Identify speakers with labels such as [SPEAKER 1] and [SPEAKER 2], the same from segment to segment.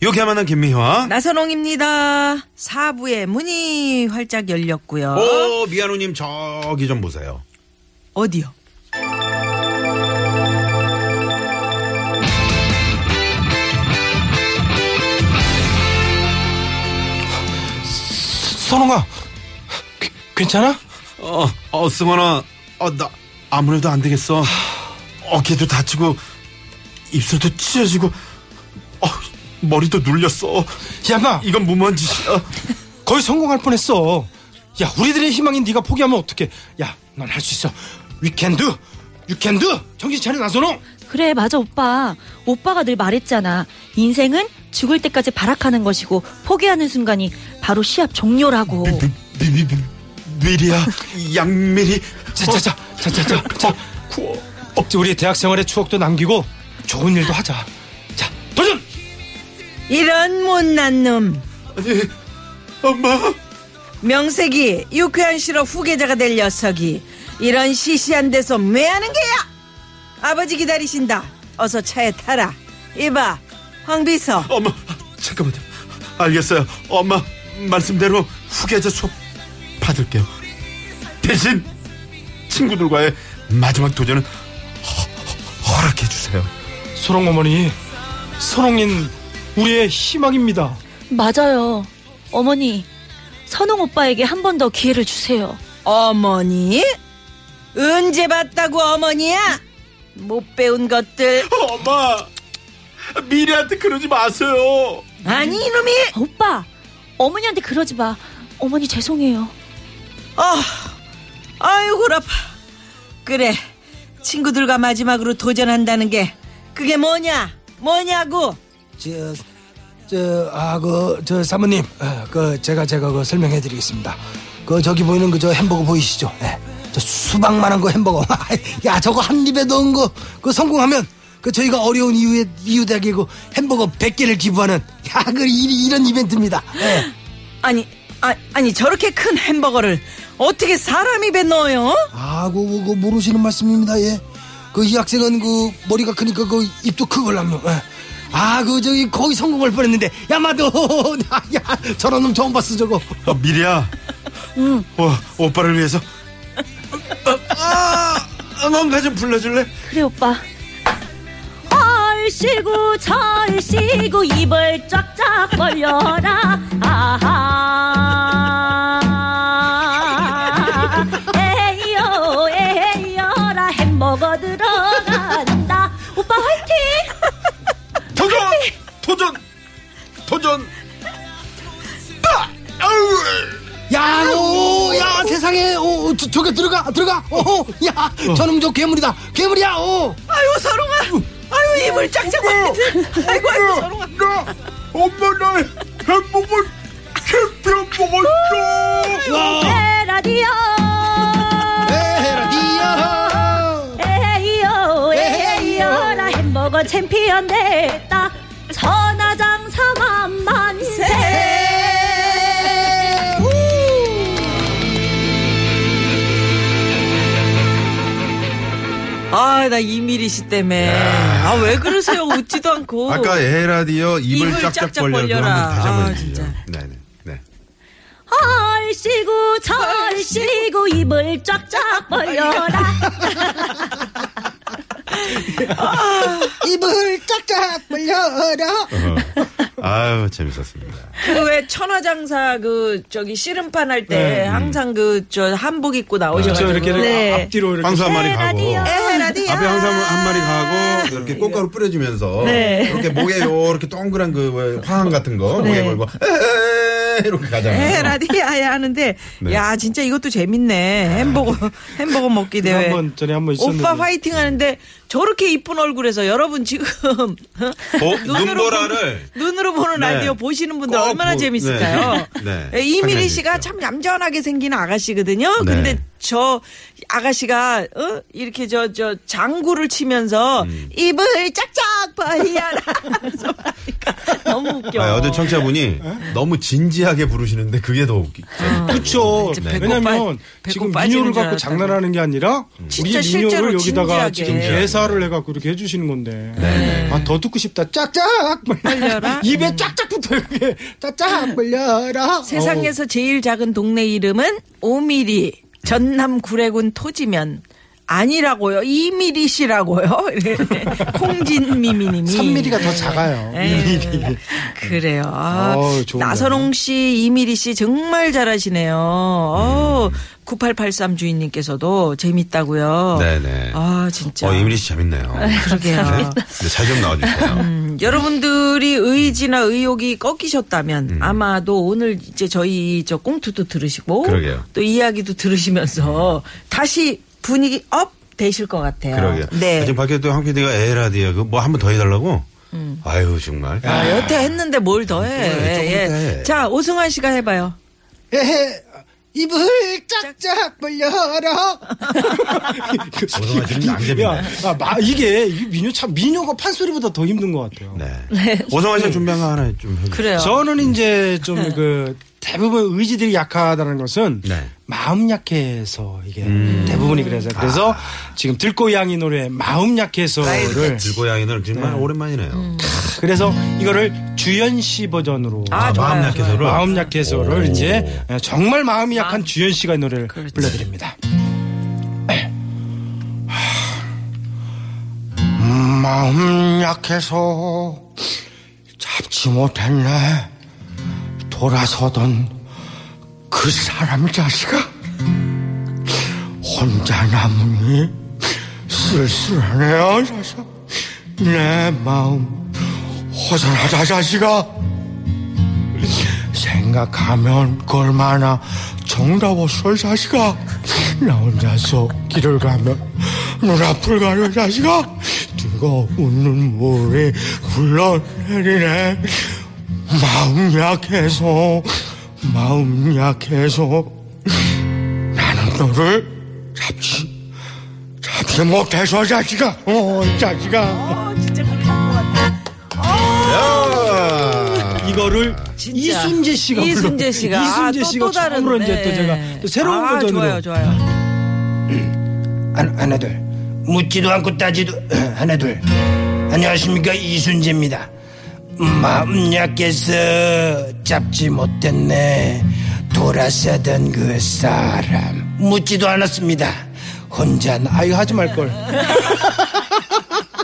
[SPEAKER 1] 이렇게 하면은 김미화.
[SPEAKER 2] 나선홍입니다. 사부의 문이 활짝 열렸고요.
[SPEAKER 1] 오, 미아노님 저기 좀 보세요.
[SPEAKER 2] 어디요?
[SPEAKER 3] 선홍아, 귀- 괜찮아?
[SPEAKER 1] 어, 어, 승원아. 어, 나 아무래도 안 되겠어. 어깨도 다치고, 입술도 찢어지고, 어, 머리도 눌렸어.
[SPEAKER 3] 야, 마,
[SPEAKER 1] 이건 무모한 짓이야.
[SPEAKER 3] 거의 성공할 뻔했어. 야, 우리들의 희망인 네가 포기하면 어떡해? 야, 넌 할 수 있어. 위켄드, 위켄드, 정신 차려 나선홍.
[SPEAKER 4] 그래 맞아 오빠 오빠가 늘 말했잖아 인생은 죽을 때까지 발악하는 것이고 포기하는 순간이 바로 시합 종료라고
[SPEAKER 1] 미, 미, 미, 미리야. 양미리.
[SPEAKER 3] 자, 자, 자, 자, 자, 자, 자. 구워. 억지 우리 대학 생활의 추억도 남기고 좋은 일도 하자. 자, 도전.
[SPEAKER 2] 이런 못난 놈.
[SPEAKER 1] 아니, 어, 예, 엄마.
[SPEAKER 2] 명색이 유쾌한 씨로 후계자가 될 녀석이 이런 시시한 데서 왜 하는 게야? 아버지 기다리신다. 어서 차에 타라. 이봐, 황비서.
[SPEAKER 1] 엄마 잠깐만요 알겠어요 엄마 말씀대로 후계자 수업 받을게요 대신 친구들과의 마지막 도전은 허- 허- 허락해주세요
[SPEAKER 3] 선홍 어머니, 선홍인 우리의 희망입니다.
[SPEAKER 4] 맞아요 어머니 선홍 오빠에게 한 번 더 기회를 주세요
[SPEAKER 2] 어머니? 언제 봤다고 어머니야? 못 배운 것들.
[SPEAKER 1] 엄마 미래한테 그러지 마세요
[SPEAKER 2] 아니, 이놈이!
[SPEAKER 4] 오빠 어머니한테 그러지 마 어머니 죄송해요
[SPEAKER 2] 아, 아유 골 아파. 그래, 친구들과 마지막으로 도전한다는 게 그게 뭐냐, 뭐냐고.
[SPEAKER 3] 저, 저, 아, 그, 저 사모님, 어, 그 제가 제가 그 설명해드리겠습니다. 그 저기 보이는 그 저 햄버거 보이시죠? 예. 저 수박만한 그 햄버거. 야, 저거 한 입에 넣은 거, 그 성공하면 그 저희가 어려운 이유에 이유대학에 그 햄버거 100개를 기부하는 야, 그 이, 이런 이벤트입니다. 예.
[SPEAKER 2] 아니, 아, 아니 저렇게 큰 햄버거를 어떻게 사람 입에 넣어요?
[SPEAKER 3] 아, 그, 그, 그 모르시는 말씀입니다. 예. 그 이 학생은 그 머리가 크니까 그 입도 크걸랑요. 예. 아, 그 저기 거의 성공할 뻔했는데 야마도 야 저런 놈 처음 봤어 저거.
[SPEAKER 1] 어, 미래야 어, 오빠를 위해서 아, 아, 뭔가 좀 불러줄래?
[SPEAKER 4] 그래 오빠 얼씨구 절씨구 입을 쫙쫙 벌려라 아하 에이요 에이요라 햄버거 들어간다 오빠 화이팅
[SPEAKER 1] 도전! 도전! 도전!
[SPEAKER 3] 야, 오, 야, 세상에, 오, 저, 저게 들어가, 들어가, 오, 야, 저놈저 괴물이다, 괴물이야, 오.
[SPEAKER 2] 아유 서롱아, 아유 입을 짝짝 벌리지. 아이고 아이고 서롱아.
[SPEAKER 1] 나 엄마 나 햄버거 챔피언
[SPEAKER 2] 아,
[SPEAKER 1] 먹었어
[SPEAKER 3] 와,
[SPEAKER 4] 에라디오
[SPEAKER 3] 에헤라디야.
[SPEAKER 4] 에이요 에이요라 햄버거 챔피언 됐다 전화장사 만만세
[SPEAKER 2] 아나 이미리 씨 때문에. 아 왜 그러세요? 웃지도 않고.
[SPEAKER 1] 아까 에라디어 입을,
[SPEAKER 2] 입을
[SPEAKER 1] 짝짝,
[SPEAKER 2] 짝짝
[SPEAKER 1] 벌려도
[SPEAKER 2] 벌려라.
[SPEAKER 1] 한번 다시 한번
[SPEAKER 2] 아,
[SPEAKER 1] 해주세요
[SPEAKER 2] 진짜.
[SPEAKER 1] 네네 네.
[SPEAKER 4] 얼씨구 절씨구 입을 쫙쫙 벌려라
[SPEAKER 3] 입을 짝짝 벌려라.
[SPEAKER 1] 어. 아유 재밌었습니다
[SPEAKER 2] 그 왜 천하장사 그 저기 씨름판 할 때 항상 그 저 한복 입고 나오셔가지고 네.
[SPEAKER 3] 네. 앞뒤로
[SPEAKER 1] 황소 한 마리 가고
[SPEAKER 2] 에라디야.
[SPEAKER 1] 아, 앞에 항상 뭐, 아, 한
[SPEAKER 2] 아.
[SPEAKER 1] 마리 가고 이렇게 꽃가루 뿌려주면서
[SPEAKER 2] 네.
[SPEAKER 1] 이렇게 목에 이렇게 동그란 그 화환 같은 거 목에 걸고 에에에 이렇게 가잖아요
[SPEAKER 2] 네, 에라디야 하는데
[SPEAKER 1] 네. 아,
[SPEAKER 2] 야 진짜 이것도 재밌네 햄버거 햄버거 먹기 대회
[SPEAKER 3] 한번 전에 한번 있었는데.
[SPEAKER 2] 오빠 화이팅 하는데 저렇게 이쁜 얼굴에서 여러분 지금
[SPEAKER 1] 보-
[SPEAKER 2] 눈으로
[SPEAKER 1] 어? 눈보라를
[SPEAKER 2] 보- 눈으로 보는
[SPEAKER 1] 네.
[SPEAKER 2] 라디오 보시는 분들
[SPEAKER 1] 꼭
[SPEAKER 2] 얼마나
[SPEAKER 1] 보-
[SPEAKER 2] 재밌을까요? 예,
[SPEAKER 1] 네. 네.
[SPEAKER 2] 이미리
[SPEAKER 1] 상당히
[SPEAKER 2] 씨가
[SPEAKER 1] 재밌죠.
[SPEAKER 2] 참 얌전하게 생긴 아가씨거든요.
[SPEAKER 1] 네.
[SPEAKER 2] 근데 저 아가씨가 어? 이렇게 저 저 장구를 치면서
[SPEAKER 1] 음.
[SPEAKER 2] 입을 짝짝 벌리야 너무 웃겨.
[SPEAKER 1] 아, 어제 청취자분이
[SPEAKER 2] 네.
[SPEAKER 1] 너무 진지하게 부르시는데 그게 더 웃기.
[SPEAKER 2] 아.
[SPEAKER 3] 그렇죠.
[SPEAKER 2] 이제 배꼽
[SPEAKER 3] 왜냐면
[SPEAKER 2] 빠- 배꼽
[SPEAKER 3] 지금 민요를
[SPEAKER 2] 빠지는 줄
[SPEAKER 3] 갖고
[SPEAKER 2] 알았다고.
[SPEAKER 3] 장난하는 게 아니라 우리
[SPEAKER 2] 진짜 실제로
[SPEAKER 3] 민요를 여기다가
[SPEAKER 2] 진지하게.
[SPEAKER 3] 지금
[SPEAKER 2] 진지하게.
[SPEAKER 3] 개사를 해갖고 이렇게 해주시는 건데. 아, 더 듣고 싶다. 짝짝! 뭐
[SPEAKER 2] 벌려라.
[SPEAKER 3] 입에 짝짝 붙어요. 그게. 짝짝 벌려라.
[SPEAKER 2] 세상에서 제일 작은 동네 이름은 5mm 전남 구례군 토지면 아니라고요. 2mm시라고요. 이러네. 콩진미미님이
[SPEAKER 3] 3mm가 더 작아요.
[SPEAKER 2] 에이, 그래요. 아,
[SPEAKER 3] 어우, 좋은데.
[SPEAKER 2] 나선홍 씨, 이미리 씨 정말 잘하시네요.
[SPEAKER 3] 음.
[SPEAKER 2] 어, 9883 주인님께서도 재밌다고요.
[SPEAKER 1] 네네.
[SPEAKER 2] 아 진짜. 아,
[SPEAKER 1] 어, 이민희 씨 재밌네요.
[SPEAKER 2] 그러게요.
[SPEAKER 1] 잘좀 나와주세요.
[SPEAKER 2] 음, 여러분들이 의지나 의욕이 꺾이셨다면
[SPEAKER 1] 음.
[SPEAKER 2] 아마도 오늘 이제 저희 저 꽁투도 들으시고
[SPEAKER 1] 그러게요. 음.
[SPEAKER 2] 또 이야기도 들으시면서 다시 분위기 업 되실 것 같아요.
[SPEAKER 1] 그러게요.
[SPEAKER 2] 네.
[SPEAKER 1] 지금 밖에 또황 PD가 에라디야. 그뭐 한 번 더 해달라고? 아유, 정말.
[SPEAKER 2] 아, 여태 했는데 뭘 더해.
[SPEAKER 1] 음,
[SPEAKER 2] 예.
[SPEAKER 1] 해, 조금 더 해.
[SPEAKER 2] 자, 오승환 씨가 해봐요.
[SPEAKER 3] 에헤, 입을 짝짝 벌려라.
[SPEAKER 1] 오승환 씨는 그 안 재밌네.
[SPEAKER 3] 야, 아, 마- 이게 이 민요 참 민요가 판소리보다 더 힘든 것 같아요.
[SPEAKER 1] 네. 오성환 씨가 준비한 거 하나 좀 해주세요.
[SPEAKER 2] 그래요.
[SPEAKER 3] 저는 이제 좀 그 대부분 의지들이 약하다는 것은
[SPEAKER 1] 네. 음.
[SPEAKER 3] 마음 약해서 이게 대부분이 그래서
[SPEAKER 1] 아.
[SPEAKER 3] 그래서 지금 들고양이 노래 마음 약해서를
[SPEAKER 1] 들고양이는 정말 오랜만이네요.
[SPEAKER 3] 그래서 이거를 주연 씨 버전으로
[SPEAKER 2] 아, 좋아요,
[SPEAKER 1] 마음 약해서를.
[SPEAKER 3] 마음 약해서를
[SPEAKER 1] 오.
[SPEAKER 3] 이제 예, 정말 마음이 약한 주연 씨가 이 노래를 불러드립니다. 음, 마음 약해서 잡지 못했네. 돌아서던 그 사람 자식아. 혼자 남으니 쓸쓸하네요, 자식. 내 마음 허전하다, 자식아. 생각하면 그 얼마나 정다웠어 자식아 나 혼자서 길을 가면 눈앞을 가려 자식아 뜨거운 눈물이 흘러내리네 마음 약해서 마음 약해서 나는 너를 잡지 잡지 못해서 자식아 어 자식아 이거를
[SPEAKER 2] 진짜.
[SPEAKER 3] 이순재 씨가
[SPEAKER 2] 이순재
[SPEAKER 3] 불렀어요.
[SPEAKER 2] 씨가 아,
[SPEAKER 3] 이순재 씨가 처음으로 이제 또
[SPEAKER 2] 네.
[SPEAKER 3] 제가 또 새로운
[SPEAKER 2] 아,
[SPEAKER 3] 버전으로
[SPEAKER 2] 좋아요, 좋아요.
[SPEAKER 3] 한, 하나 둘 묻지도 않고 따지도 어, 하나 둘 안녕하십니까 이순재입니다 마음 약해서 잡지 못했네 돌아서던 그 사람 묻지도 않았습니다 혼자 나- 아유 하지 말걸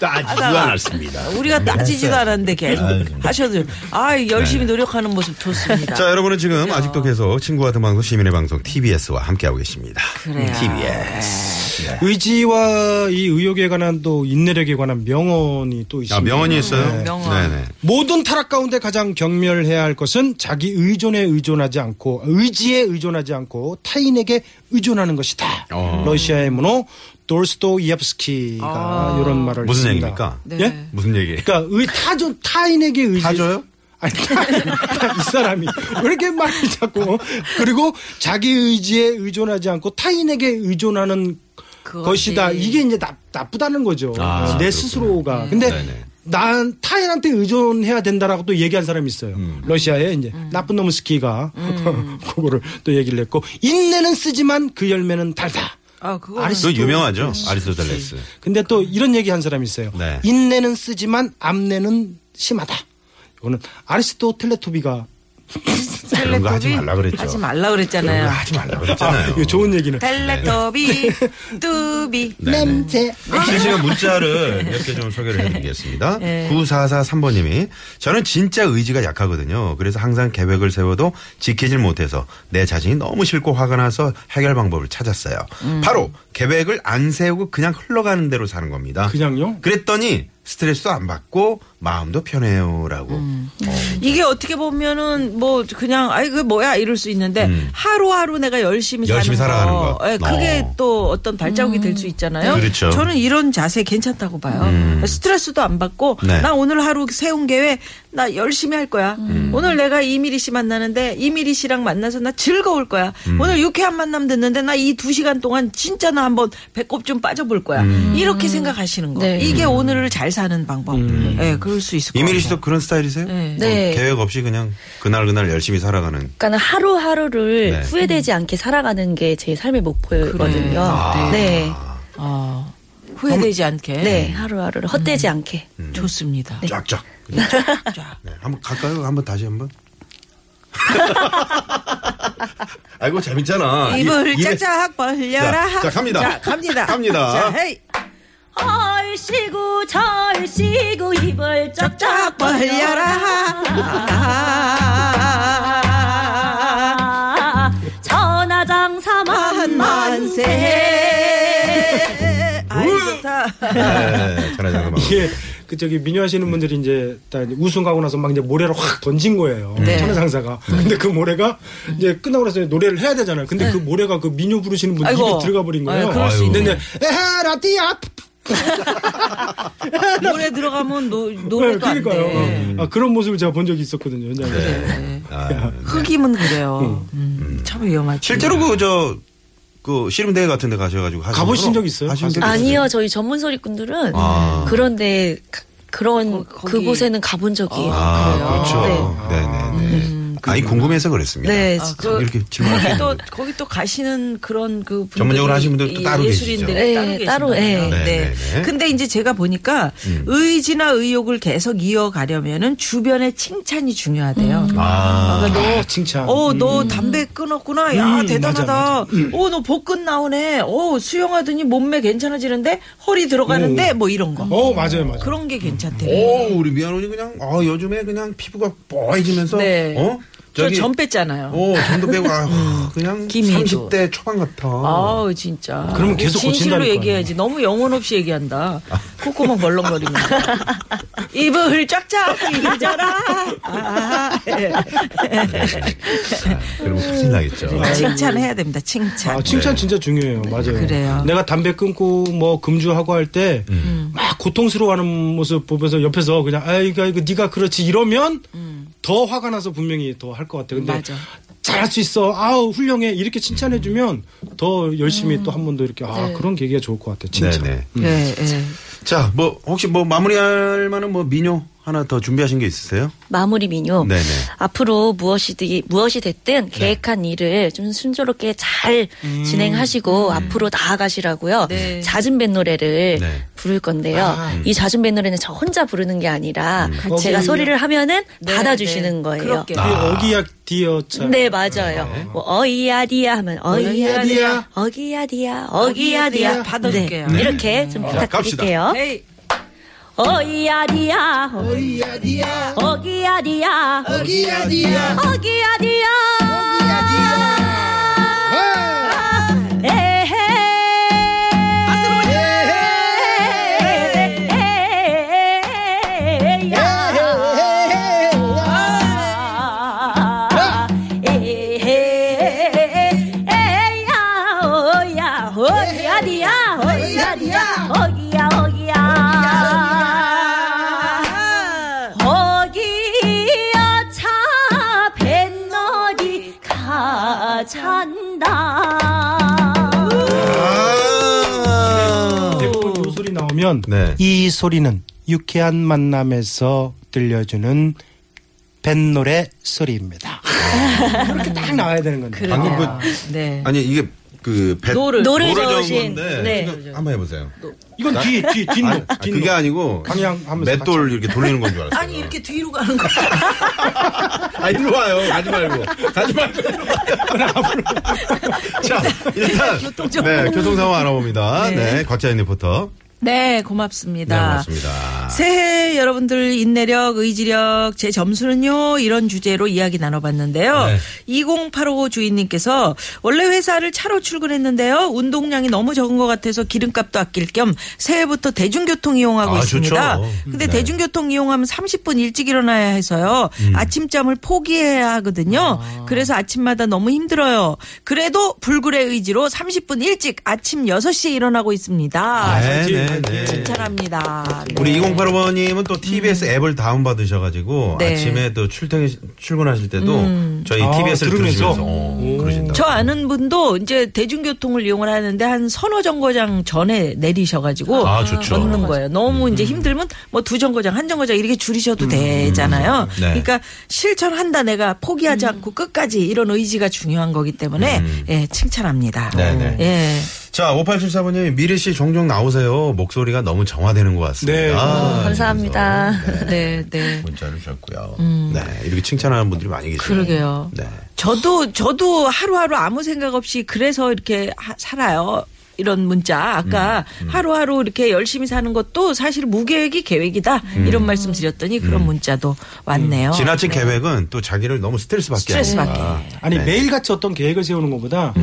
[SPEAKER 1] 따지도 않았습니다.
[SPEAKER 2] 우리가 따지지도 않았는데 계속
[SPEAKER 1] 아유.
[SPEAKER 2] 하셔도 아 열심히 노력하는 모습 좋습니다.
[SPEAKER 1] 네. 자, 여러분은 지금 아직도 계속 친구와 도망도 시민의 방송 TBS와 함께하고 계십니다.
[SPEAKER 2] 그래요.
[SPEAKER 1] TBS. 네.
[SPEAKER 3] 의지와 이 의욕에 관한 또 인내력에 관한 명언이 또
[SPEAKER 1] 아, 명언이 있어요?
[SPEAKER 2] 네. 명언.
[SPEAKER 1] 네네.
[SPEAKER 3] 모든 타락 가운데 가장 경멸해야 할 것은 자기 의존에 의존하지 않고 의지에 의존하지 않고 타인에게 의존하는 것이다.
[SPEAKER 1] 어.
[SPEAKER 3] 러시아의 문호 돌스토이ev스키가 이런 말을
[SPEAKER 1] 무슨
[SPEAKER 3] 했습니다.
[SPEAKER 1] 얘기입니까? 네.
[SPEAKER 3] 예?
[SPEAKER 1] 무슨 얘기?
[SPEAKER 3] 그러니까 의 타존 타인에게 의지
[SPEAKER 1] 타줘요?
[SPEAKER 3] 아니 타인, 타인, 이 사람이 왜 이렇게 말을 자꾸 어? 그리고 자기 의지에 의존하지 않고 타인에게 의존하는
[SPEAKER 2] 그것이-
[SPEAKER 3] 것이다. 이게 이제 나, 나쁘다는 거죠.
[SPEAKER 1] 아,
[SPEAKER 3] 내
[SPEAKER 1] 그렇구나.
[SPEAKER 3] 스스로가.
[SPEAKER 2] 음.
[SPEAKER 3] 근데
[SPEAKER 1] 네네.
[SPEAKER 3] 난 타인한테 의존해야 된다라고 또 얘기한 사람이 있어요.
[SPEAKER 1] 음.
[SPEAKER 3] 러시아에 이제
[SPEAKER 2] 음.
[SPEAKER 3] 나쁜 놈은 스키가 그거를 또 얘기를 했고 인내는 쓰지만 그 열매는 달다.
[SPEAKER 2] 아 그거
[SPEAKER 1] 그 유명하죠? 아리스토텔레스.
[SPEAKER 3] 근데 또 이런 얘기 한 사람이 있어요.
[SPEAKER 1] 네.
[SPEAKER 3] 인내는 쓰지만 암내는 심하다. 이거는 아리스토텔레토비가
[SPEAKER 1] 그런 거 하지 말라 그랬죠.
[SPEAKER 2] 하지 말라 그랬잖아요.
[SPEAKER 1] 하지 말라 그랬잖아요.
[SPEAKER 3] 이거 좋은 얘기는
[SPEAKER 2] 네. 텔레토비 뚜비
[SPEAKER 1] 네,
[SPEAKER 3] 냄새.
[SPEAKER 1] 실시간 문자를 몇 개 좀 소개를 해드리겠습니다.
[SPEAKER 2] 네.
[SPEAKER 1] 9443번님이 저는 진짜 의지가 약하거든요. 그래서 항상 계획을 세워도
[SPEAKER 2] 음.
[SPEAKER 1] 지키질 못해서 내 자신이 너무 싫고 화가 나서 해결 방법을 찾았어요. 바로 계획을 안 세우고 그냥 흘러가는 대로 사는 겁니다.
[SPEAKER 3] 그냥요?
[SPEAKER 1] 그랬더니 스트레스도 안 받고 마음도 편해요라고.
[SPEAKER 2] 음. 이게 어떻게 보면은 뭐 그냥 아이 그 뭐야 이럴 수 있는데
[SPEAKER 1] 음.
[SPEAKER 2] 하루하루 내가 열심히,
[SPEAKER 1] 열심히
[SPEAKER 2] 사는
[SPEAKER 1] 살아가는
[SPEAKER 2] 거,
[SPEAKER 1] 거.
[SPEAKER 2] 예, 그게
[SPEAKER 1] 어.
[SPEAKER 2] 또 어떤 발자국이 될 수 있잖아요.
[SPEAKER 1] 그렇죠.
[SPEAKER 2] 저는 이런 자세 괜찮다고 봐요.
[SPEAKER 1] 음.
[SPEAKER 2] 스트레스도 안 받고
[SPEAKER 1] 네.
[SPEAKER 2] 나 오늘 하루 세운 계획 나 열심히 할 거야.
[SPEAKER 1] 음.
[SPEAKER 2] 오늘 내가 이미리 씨 만나는데 이미리 씨랑 만나서 나 즐거울 거야.
[SPEAKER 1] 음.
[SPEAKER 2] 오늘 유쾌한 만남 듣는데 나 이 두 시간 동안 진짜 나 한번 배꼽 좀 빠져볼 거야.
[SPEAKER 1] 음.
[SPEAKER 2] 이렇게 생각하시는 거.
[SPEAKER 4] 네.
[SPEAKER 2] 이게 오늘을 잘 사는 방법. 예, 그럴 수 있을 것
[SPEAKER 1] 음.
[SPEAKER 2] 같아요.
[SPEAKER 1] 이미리 씨도 그런 스타일이세요?
[SPEAKER 2] 네.
[SPEAKER 1] 어,
[SPEAKER 4] 네.
[SPEAKER 1] 계획 없이 그냥 그날 그날 열심히 살아가는.
[SPEAKER 4] 그러니까 하루하루를
[SPEAKER 1] 네.
[SPEAKER 4] 후회되지 않게 살아가는 게 제 삶의 목표거든요. 네.
[SPEAKER 2] 아, 후회되지 않게. 음.
[SPEAKER 4] 네, 하루하루를 헛되지
[SPEAKER 1] 음.
[SPEAKER 4] 않게.
[SPEAKER 2] 좋습니다.
[SPEAKER 1] 쫙쫙.
[SPEAKER 2] 자,
[SPEAKER 1] 네, 한번 갈까요? 한번 다시 한번. 아이고 재밌잖아.
[SPEAKER 2] 입을
[SPEAKER 1] 입- 입에-
[SPEAKER 2] 짝짝 벌려라.
[SPEAKER 1] 자, 자, 갑니다.
[SPEAKER 2] 자, 갑니다.
[SPEAKER 1] 갑니다.
[SPEAKER 2] 자, 헤이.
[SPEAKER 4] 얼씨구 절씨구 입을
[SPEAKER 2] 쫙 벌려라. 아,
[SPEAKER 4] 전화장 사만
[SPEAKER 1] 음.
[SPEAKER 2] 만세. 아이, 좋다.
[SPEAKER 1] 네, 전화 잠깐만.
[SPEAKER 3] 이게 그 저기 민요 하시는 분들이 이제 다 이제 우승하고 나서 막 이제 모래를 확 던진 거예요.
[SPEAKER 1] 네.
[SPEAKER 3] 천하 상사가. 근데 그 모래가 이제 끝나고 나서 노래를 해야 되잖아요. 근데 그 모래가 그 민요 부르시는 분
[SPEAKER 2] 네. 아이고.
[SPEAKER 3] 입에 들어가 버린 거예요.
[SPEAKER 2] 아유, 그럴 수
[SPEAKER 1] 아유.
[SPEAKER 3] 근데
[SPEAKER 1] 있네.
[SPEAKER 3] 이제 에헤 라디야
[SPEAKER 2] 노래 들어가면 노, 노래도
[SPEAKER 1] 네,
[SPEAKER 2] 안
[SPEAKER 3] 그러니까요.
[SPEAKER 1] 음.
[SPEAKER 2] 돼.
[SPEAKER 3] 아, 그런 모습을 제가 본 적이 있었거든요. 현장에서.
[SPEAKER 2] 네.
[SPEAKER 1] 아, 네.
[SPEAKER 2] 흑임은 그래요. 음, 참 위험하지.
[SPEAKER 1] 실제로 그 저 그 씨름대회 같은 데 가셔가지고 하신
[SPEAKER 3] 가보신
[SPEAKER 1] 거죠?
[SPEAKER 3] 적 있어요?
[SPEAKER 1] 하신 적
[SPEAKER 4] 아니요, 저희 전문 소리꾼들은
[SPEAKER 1] 음. 아.
[SPEAKER 4] 그런데 가- 그런
[SPEAKER 2] 거- 거기-
[SPEAKER 4] 그곳에는 가본 적이
[SPEAKER 1] 아,
[SPEAKER 2] 그래요?
[SPEAKER 1] 그렇죠. 네, 네, 네. 아니 궁금해서 그랬습니다.
[SPEAKER 4] 네,
[SPEAKER 2] 아,
[SPEAKER 1] 참 이렇게 질문할 수
[SPEAKER 2] 거기 또
[SPEAKER 1] 있는.
[SPEAKER 2] 거기 또 가시는 그런 그 분들이
[SPEAKER 1] 전문적으로 하시는 분들 또
[SPEAKER 2] 이
[SPEAKER 1] 따로
[SPEAKER 2] 예술인들이
[SPEAKER 4] 계시죠. 예,
[SPEAKER 2] 따로
[SPEAKER 4] 따로,
[SPEAKER 2] 계시잖아요.
[SPEAKER 1] 예.
[SPEAKER 2] 네.
[SPEAKER 1] 네, 네, 음. 네.
[SPEAKER 2] 근데 이제 제가 보니까 의지나 의욕을 계속 이어가려면은 주변의 칭찬이 중요하대요.
[SPEAKER 1] 아,
[SPEAKER 2] 그러니까 너
[SPEAKER 3] 칭찬.
[SPEAKER 2] 어,
[SPEAKER 3] 음.
[SPEAKER 2] 너 담배 끊었구나. 야,
[SPEAKER 3] 음,
[SPEAKER 2] 대단하다.
[SPEAKER 3] 맞아, 맞아.
[SPEAKER 2] 어, 너 복근 나오네. 어, 수영하더니 몸매 괜찮아지는데 허리 들어가는데
[SPEAKER 3] 오.
[SPEAKER 2] 뭐 이런 거.
[SPEAKER 3] 어 맞아요 맞아요.
[SPEAKER 2] 그런 게 괜찮대요.
[SPEAKER 1] 오 우리 미아노님 그냥 어 요즘에 그냥 피부가 뽀해지면서
[SPEAKER 2] 네.
[SPEAKER 1] 어
[SPEAKER 2] 저
[SPEAKER 1] 저기 어,
[SPEAKER 2] 점 뺐잖아요.
[SPEAKER 1] 오 전도 빼고 아, 그냥
[SPEAKER 2] 김이도.
[SPEAKER 1] 30대 초반 같아.
[SPEAKER 2] 음. 아우 진짜.
[SPEAKER 3] 그러면 계속
[SPEAKER 2] 진실로
[SPEAKER 3] 고친다니까요.
[SPEAKER 2] 얘기해야지. 너무 영혼 없이 얘기한다. 콧구멍 벌렁거리면. 입을 쫙쫙 휘저라. 아, 예.
[SPEAKER 1] 아, 그러면 큰일 나겠죠.
[SPEAKER 2] 음. 칭찬해야 됩니다. 칭찬.
[SPEAKER 3] 아, 칭찬 진짜 중요해요.
[SPEAKER 2] 네,
[SPEAKER 3] 맞아요.
[SPEAKER 2] 그래요.
[SPEAKER 3] 내가 담배 끊고 뭐 금주하고 할 때 막
[SPEAKER 1] 음.
[SPEAKER 2] 음.
[SPEAKER 3] 고통스러워하는 모습 보면서 옆에서 그냥 아 이거 이거 네가 그렇지 이러면 더 화가 나서 분명히 더 할 것 같아. 근데
[SPEAKER 2] 음. 맞아.
[SPEAKER 3] 잘할 수 있어. 아우 훌륭해. 이렇게 칭찬해 주면 더 열심히
[SPEAKER 2] 음.
[SPEAKER 3] 또 한 번 더 이렇게
[SPEAKER 2] 네.
[SPEAKER 3] 아 그런 계기가 좋을 것 같아. 칭찬.
[SPEAKER 1] 네네.
[SPEAKER 2] 예, 예.
[SPEAKER 1] 자, 뭐 혹시 뭐 마무리할 만한 뭐 민요 하나 더 준비하신 게 있으세요?
[SPEAKER 4] 마무리 민요.
[SPEAKER 1] 네네. 네.
[SPEAKER 4] 앞으로 무엇이 되, 무엇이 됐든 계획한 일을 좀 순조롭게 잘 진행하시고 앞으로 나아가시라고요.
[SPEAKER 2] 음. 네. 아.
[SPEAKER 4] 잦은 뱃 노래를
[SPEAKER 1] 음. 네. 음.
[SPEAKER 4] 부를 건데요. 이 잦은 뱃 노래는 저 혼자 부르는 게 아니라 제가
[SPEAKER 3] 같이.
[SPEAKER 4] 소리를 하면은
[SPEAKER 2] 네,
[SPEAKER 4] 받아주시는
[SPEAKER 2] 네.
[SPEAKER 4] 거예요.
[SPEAKER 2] 그렇게.
[SPEAKER 3] 네, 어기야 디어차.
[SPEAKER 4] 네 맞아요. 뭐 어이야디야 하면 어이야디야, 어기야디야, 어기야디야
[SPEAKER 2] 받아줄게요.
[SPEAKER 4] 네. 이렇게 좀
[SPEAKER 1] 자,
[SPEAKER 4] 부탁드릴게요.
[SPEAKER 2] 에이.
[SPEAKER 4] 어이야디야, 어이야디야, 어기야디야,
[SPEAKER 3] 어기야디야.
[SPEAKER 4] 어기야디야. 아. 에헤. 에헤야. 에헤야. 오야, 오야디야, 오야디야, 오기야, 오기야. 거기야 차 뱃놀이 가잔다
[SPEAKER 1] 아.
[SPEAKER 3] 네. 이 소리 나오면
[SPEAKER 1] 네.
[SPEAKER 3] 이 소리는 유쾌한 만남에서 들려주는 뱃노래 소리입니다.
[SPEAKER 1] 아.
[SPEAKER 3] 이렇게 딱 나와야 되는 건데.
[SPEAKER 1] 방금 그
[SPEAKER 2] 네.
[SPEAKER 1] 아니 이게 그 배,
[SPEAKER 2] 노를.
[SPEAKER 4] 노를
[SPEAKER 1] 저은
[SPEAKER 4] 저으신,
[SPEAKER 1] 건데
[SPEAKER 4] 네.
[SPEAKER 1] 지금 한번 해보세요.
[SPEAKER 3] 이건 뒤, 뒤, 뒷노.
[SPEAKER 1] 아니, 아,
[SPEAKER 3] 뒷노.
[SPEAKER 1] 그게 아니고
[SPEAKER 3] 방향하면서
[SPEAKER 1] 맷돌 이렇게 돌리는 건 줄 알았어요.
[SPEAKER 2] 아니 이렇게 뒤로 가는 거.
[SPEAKER 1] 아, 일로 와요. 가지 말고. 가지 말고. 일로 와요. 자, 일단.
[SPEAKER 2] 교통 정보.
[SPEAKER 1] 네, 교통상황 알아봅니다. 네, 곽자인 네, 리포터.
[SPEAKER 2] 네,
[SPEAKER 1] 네,
[SPEAKER 2] 고맙습니다.
[SPEAKER 1] 고맙습니다.
[SPEAKER 2] 새해 여러분들 인내력, 의지력, 제 점수는요 이런 주제로 이야기 나눠봤는데요.
[SPEAKER 1] 네.
[SPEAKER 2] 2085 주인님께서 원래 회사를 차로 출근했는데요 운동량이 너무 적은 것 같아서 기름값도 아낄 겸 새해부터 대중교통 이용하고
[SPEAKER 1] 아,
[SPEAKER 2] 있습니다.
[SPEAKER 1] 좋죠.
[SPEAKER 2] 근데
[SPEAKER 1] 네.
[SPEAKER 2] 대중교통 이용하면 30분 일찍 일어나야 해서요
[SPEAKER 1] 음.
[SPEAKER 2] 아침잠을 포기해야 하거든요. 그래서 아침마다 너무 힘들어요. 그래도 불굴의 의지로 30분 일찍 아침 6시에 일어나고 있습니다.
[SPEAKER 1] 네, 네, 네.
[SPEAKER 2] 칭찬합니다. 네.
[SPEAKER 5] 우리 2085번님은 또 TBS 앱을 다운 받으셔가지고
[SPEAKER 2] 네.
[SPEAKER 5] 아침에 또 출퇴근 출근하실 때도 저희
[SPEAKER 3] 아,
[SPEAKER 5] TBS를 들으면서
[SPEAKER 3] 들으면서?
[SPEAKER 1] 어, 그러신다.
[SPEAKER 2] 저 아는 분도 이제 대중교통을 이용을 하는데 한 서너 정거장 전에 내리셔가지고
[SPEAKER 1] 아, 좋죠. 음.
[SPEAKER 2] 걷는 거예요. 너무 이제 힘들면 뭐 두 정거장, 한 정거장 이렇게 줄이셔도 되잖아요.
[SPEAKER 1] 네.
[SPEAKER 2] 그러니까 실천한다 내가 포기하지 않고 끝까지 이런 의지가 중요한 거기 때문에 예, 칭찬합니다.
[SPEAKER 1] 음. 네네.
[SPEAKER 2] 예.
[SPEAKER 1] 자, 5874번님, 미래 씨 종종 나오세요. 목소리가 너무 정화되는 것 같습니다.
[SPEAKER 3] 네.
[SPEAKER 1] 아,
[SPEAKER 4] 감사합니다.
[SPEAKER 1] 그래서, 네,
[SPEAKER 2] 네, 네.
[SPEAKER 1] 문자를 주셨고요. 네, 이렇게 칭찬하는 분들이 많이 계세요.
[SPEAKER 2] 그러게요.
[SPEAKER 1] 네.
[SPEAKER 2] 저도 저도 하루하루 아무 생각 없이 그래서 이렇게 하- 살아요. 이런 문자 아까
[SPEAKER 1] 음,
[SPEAKER 2] 하루하루 이렇게 열심히 사는 것도 사실 무계획이 계획이다 이런 말씀 드렸더니 그런 문자도 어, 왔네요.
[SPEAKER 1] 음. 지나친 계획은 또 자기를 너무 스트레스 받게
[SPEAKER 2] 스트레스
[SPEAKER 1] 하니까.
[SPEAKER 2] 받게.
[SPEAKER 3] 아니 매일같이 어떤 계획을 세우는 것보다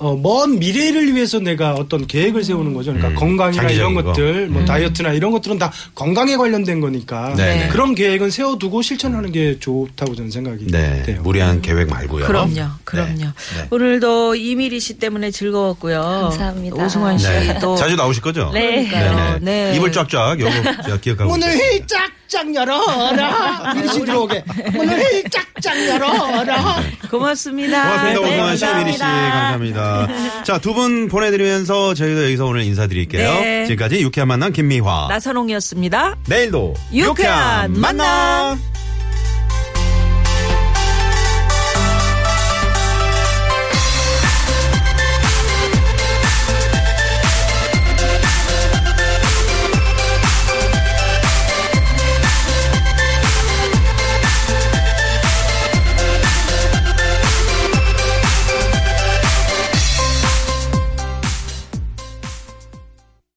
[SPEAKER 3] 어, 먼 미래를 위해서 내가 어떤 계획을 세우는 거죠. 그러니까 건강이나 이런
[SPEAKER 1] 음. 장기적인 거. 음.
[SPEAKER 3] 것들, 뭐 다이어트나 이런 것들은 다 건강에 관련된 거니까
[SPEAKER 1] 네네.
[SPEAKER 3] 그런 계획은 세워두고 실천하는 게 좋다고 저는 생각이
[SPEAKER 1] 네.
[SPEAKER 3] 돼요.
[SPEAKER 1] 무리한 계획 말고요.
[SPEAKER 2] 그럼요, 그럼요.
[SPEAKER 1] 네. 네.
[SPEAKER 2] 오늘도 이미리 씨 때문에 즐거웠고요.
[SPEAKER 4] 감사합니다.
[SPEAKER 2] 오승환 씨
[SPEAKER 1] 네.
[SPEAKER 2] 도
[SPEAKER 1] 자주 나오실 거죠?
[SPEAKER 4] 네.
[SPEAKER 1] 네.
[SPEAKER 2] 그러니까요. 네.
[SPEAKER 1] 입을 쫙쫙 요거 제가 기억하고
[SPEAKER 6] 문을
[SPEAKER 1] 있어요.
[SPEAKER 6] 쫙쫙 열어라. 미리씨 들어오게. 문을 쫙쫙 열어라.
[SPEAKER 2] 고맙습니다.
[SPEAKER 1] 고맙습니다.
[SPEAKER 2] 네,
[SPEAKER 1] 오승환 씨, 미리 씨, 감사합니다. 자, 두 분 보내드리면서 저희도 여기서 오늘 인사드릴게요.
[SPEAKER 2] 네.
[SPEAKER 1] 지금까지 유쾌한 만남 김미화.
[SPEAKER 2] 나선홍이었습니다.
[SPEAKER 1] 내일도
[SPEAKER 2] 유쾌한 만남.
[SPEAKER 1] 만남.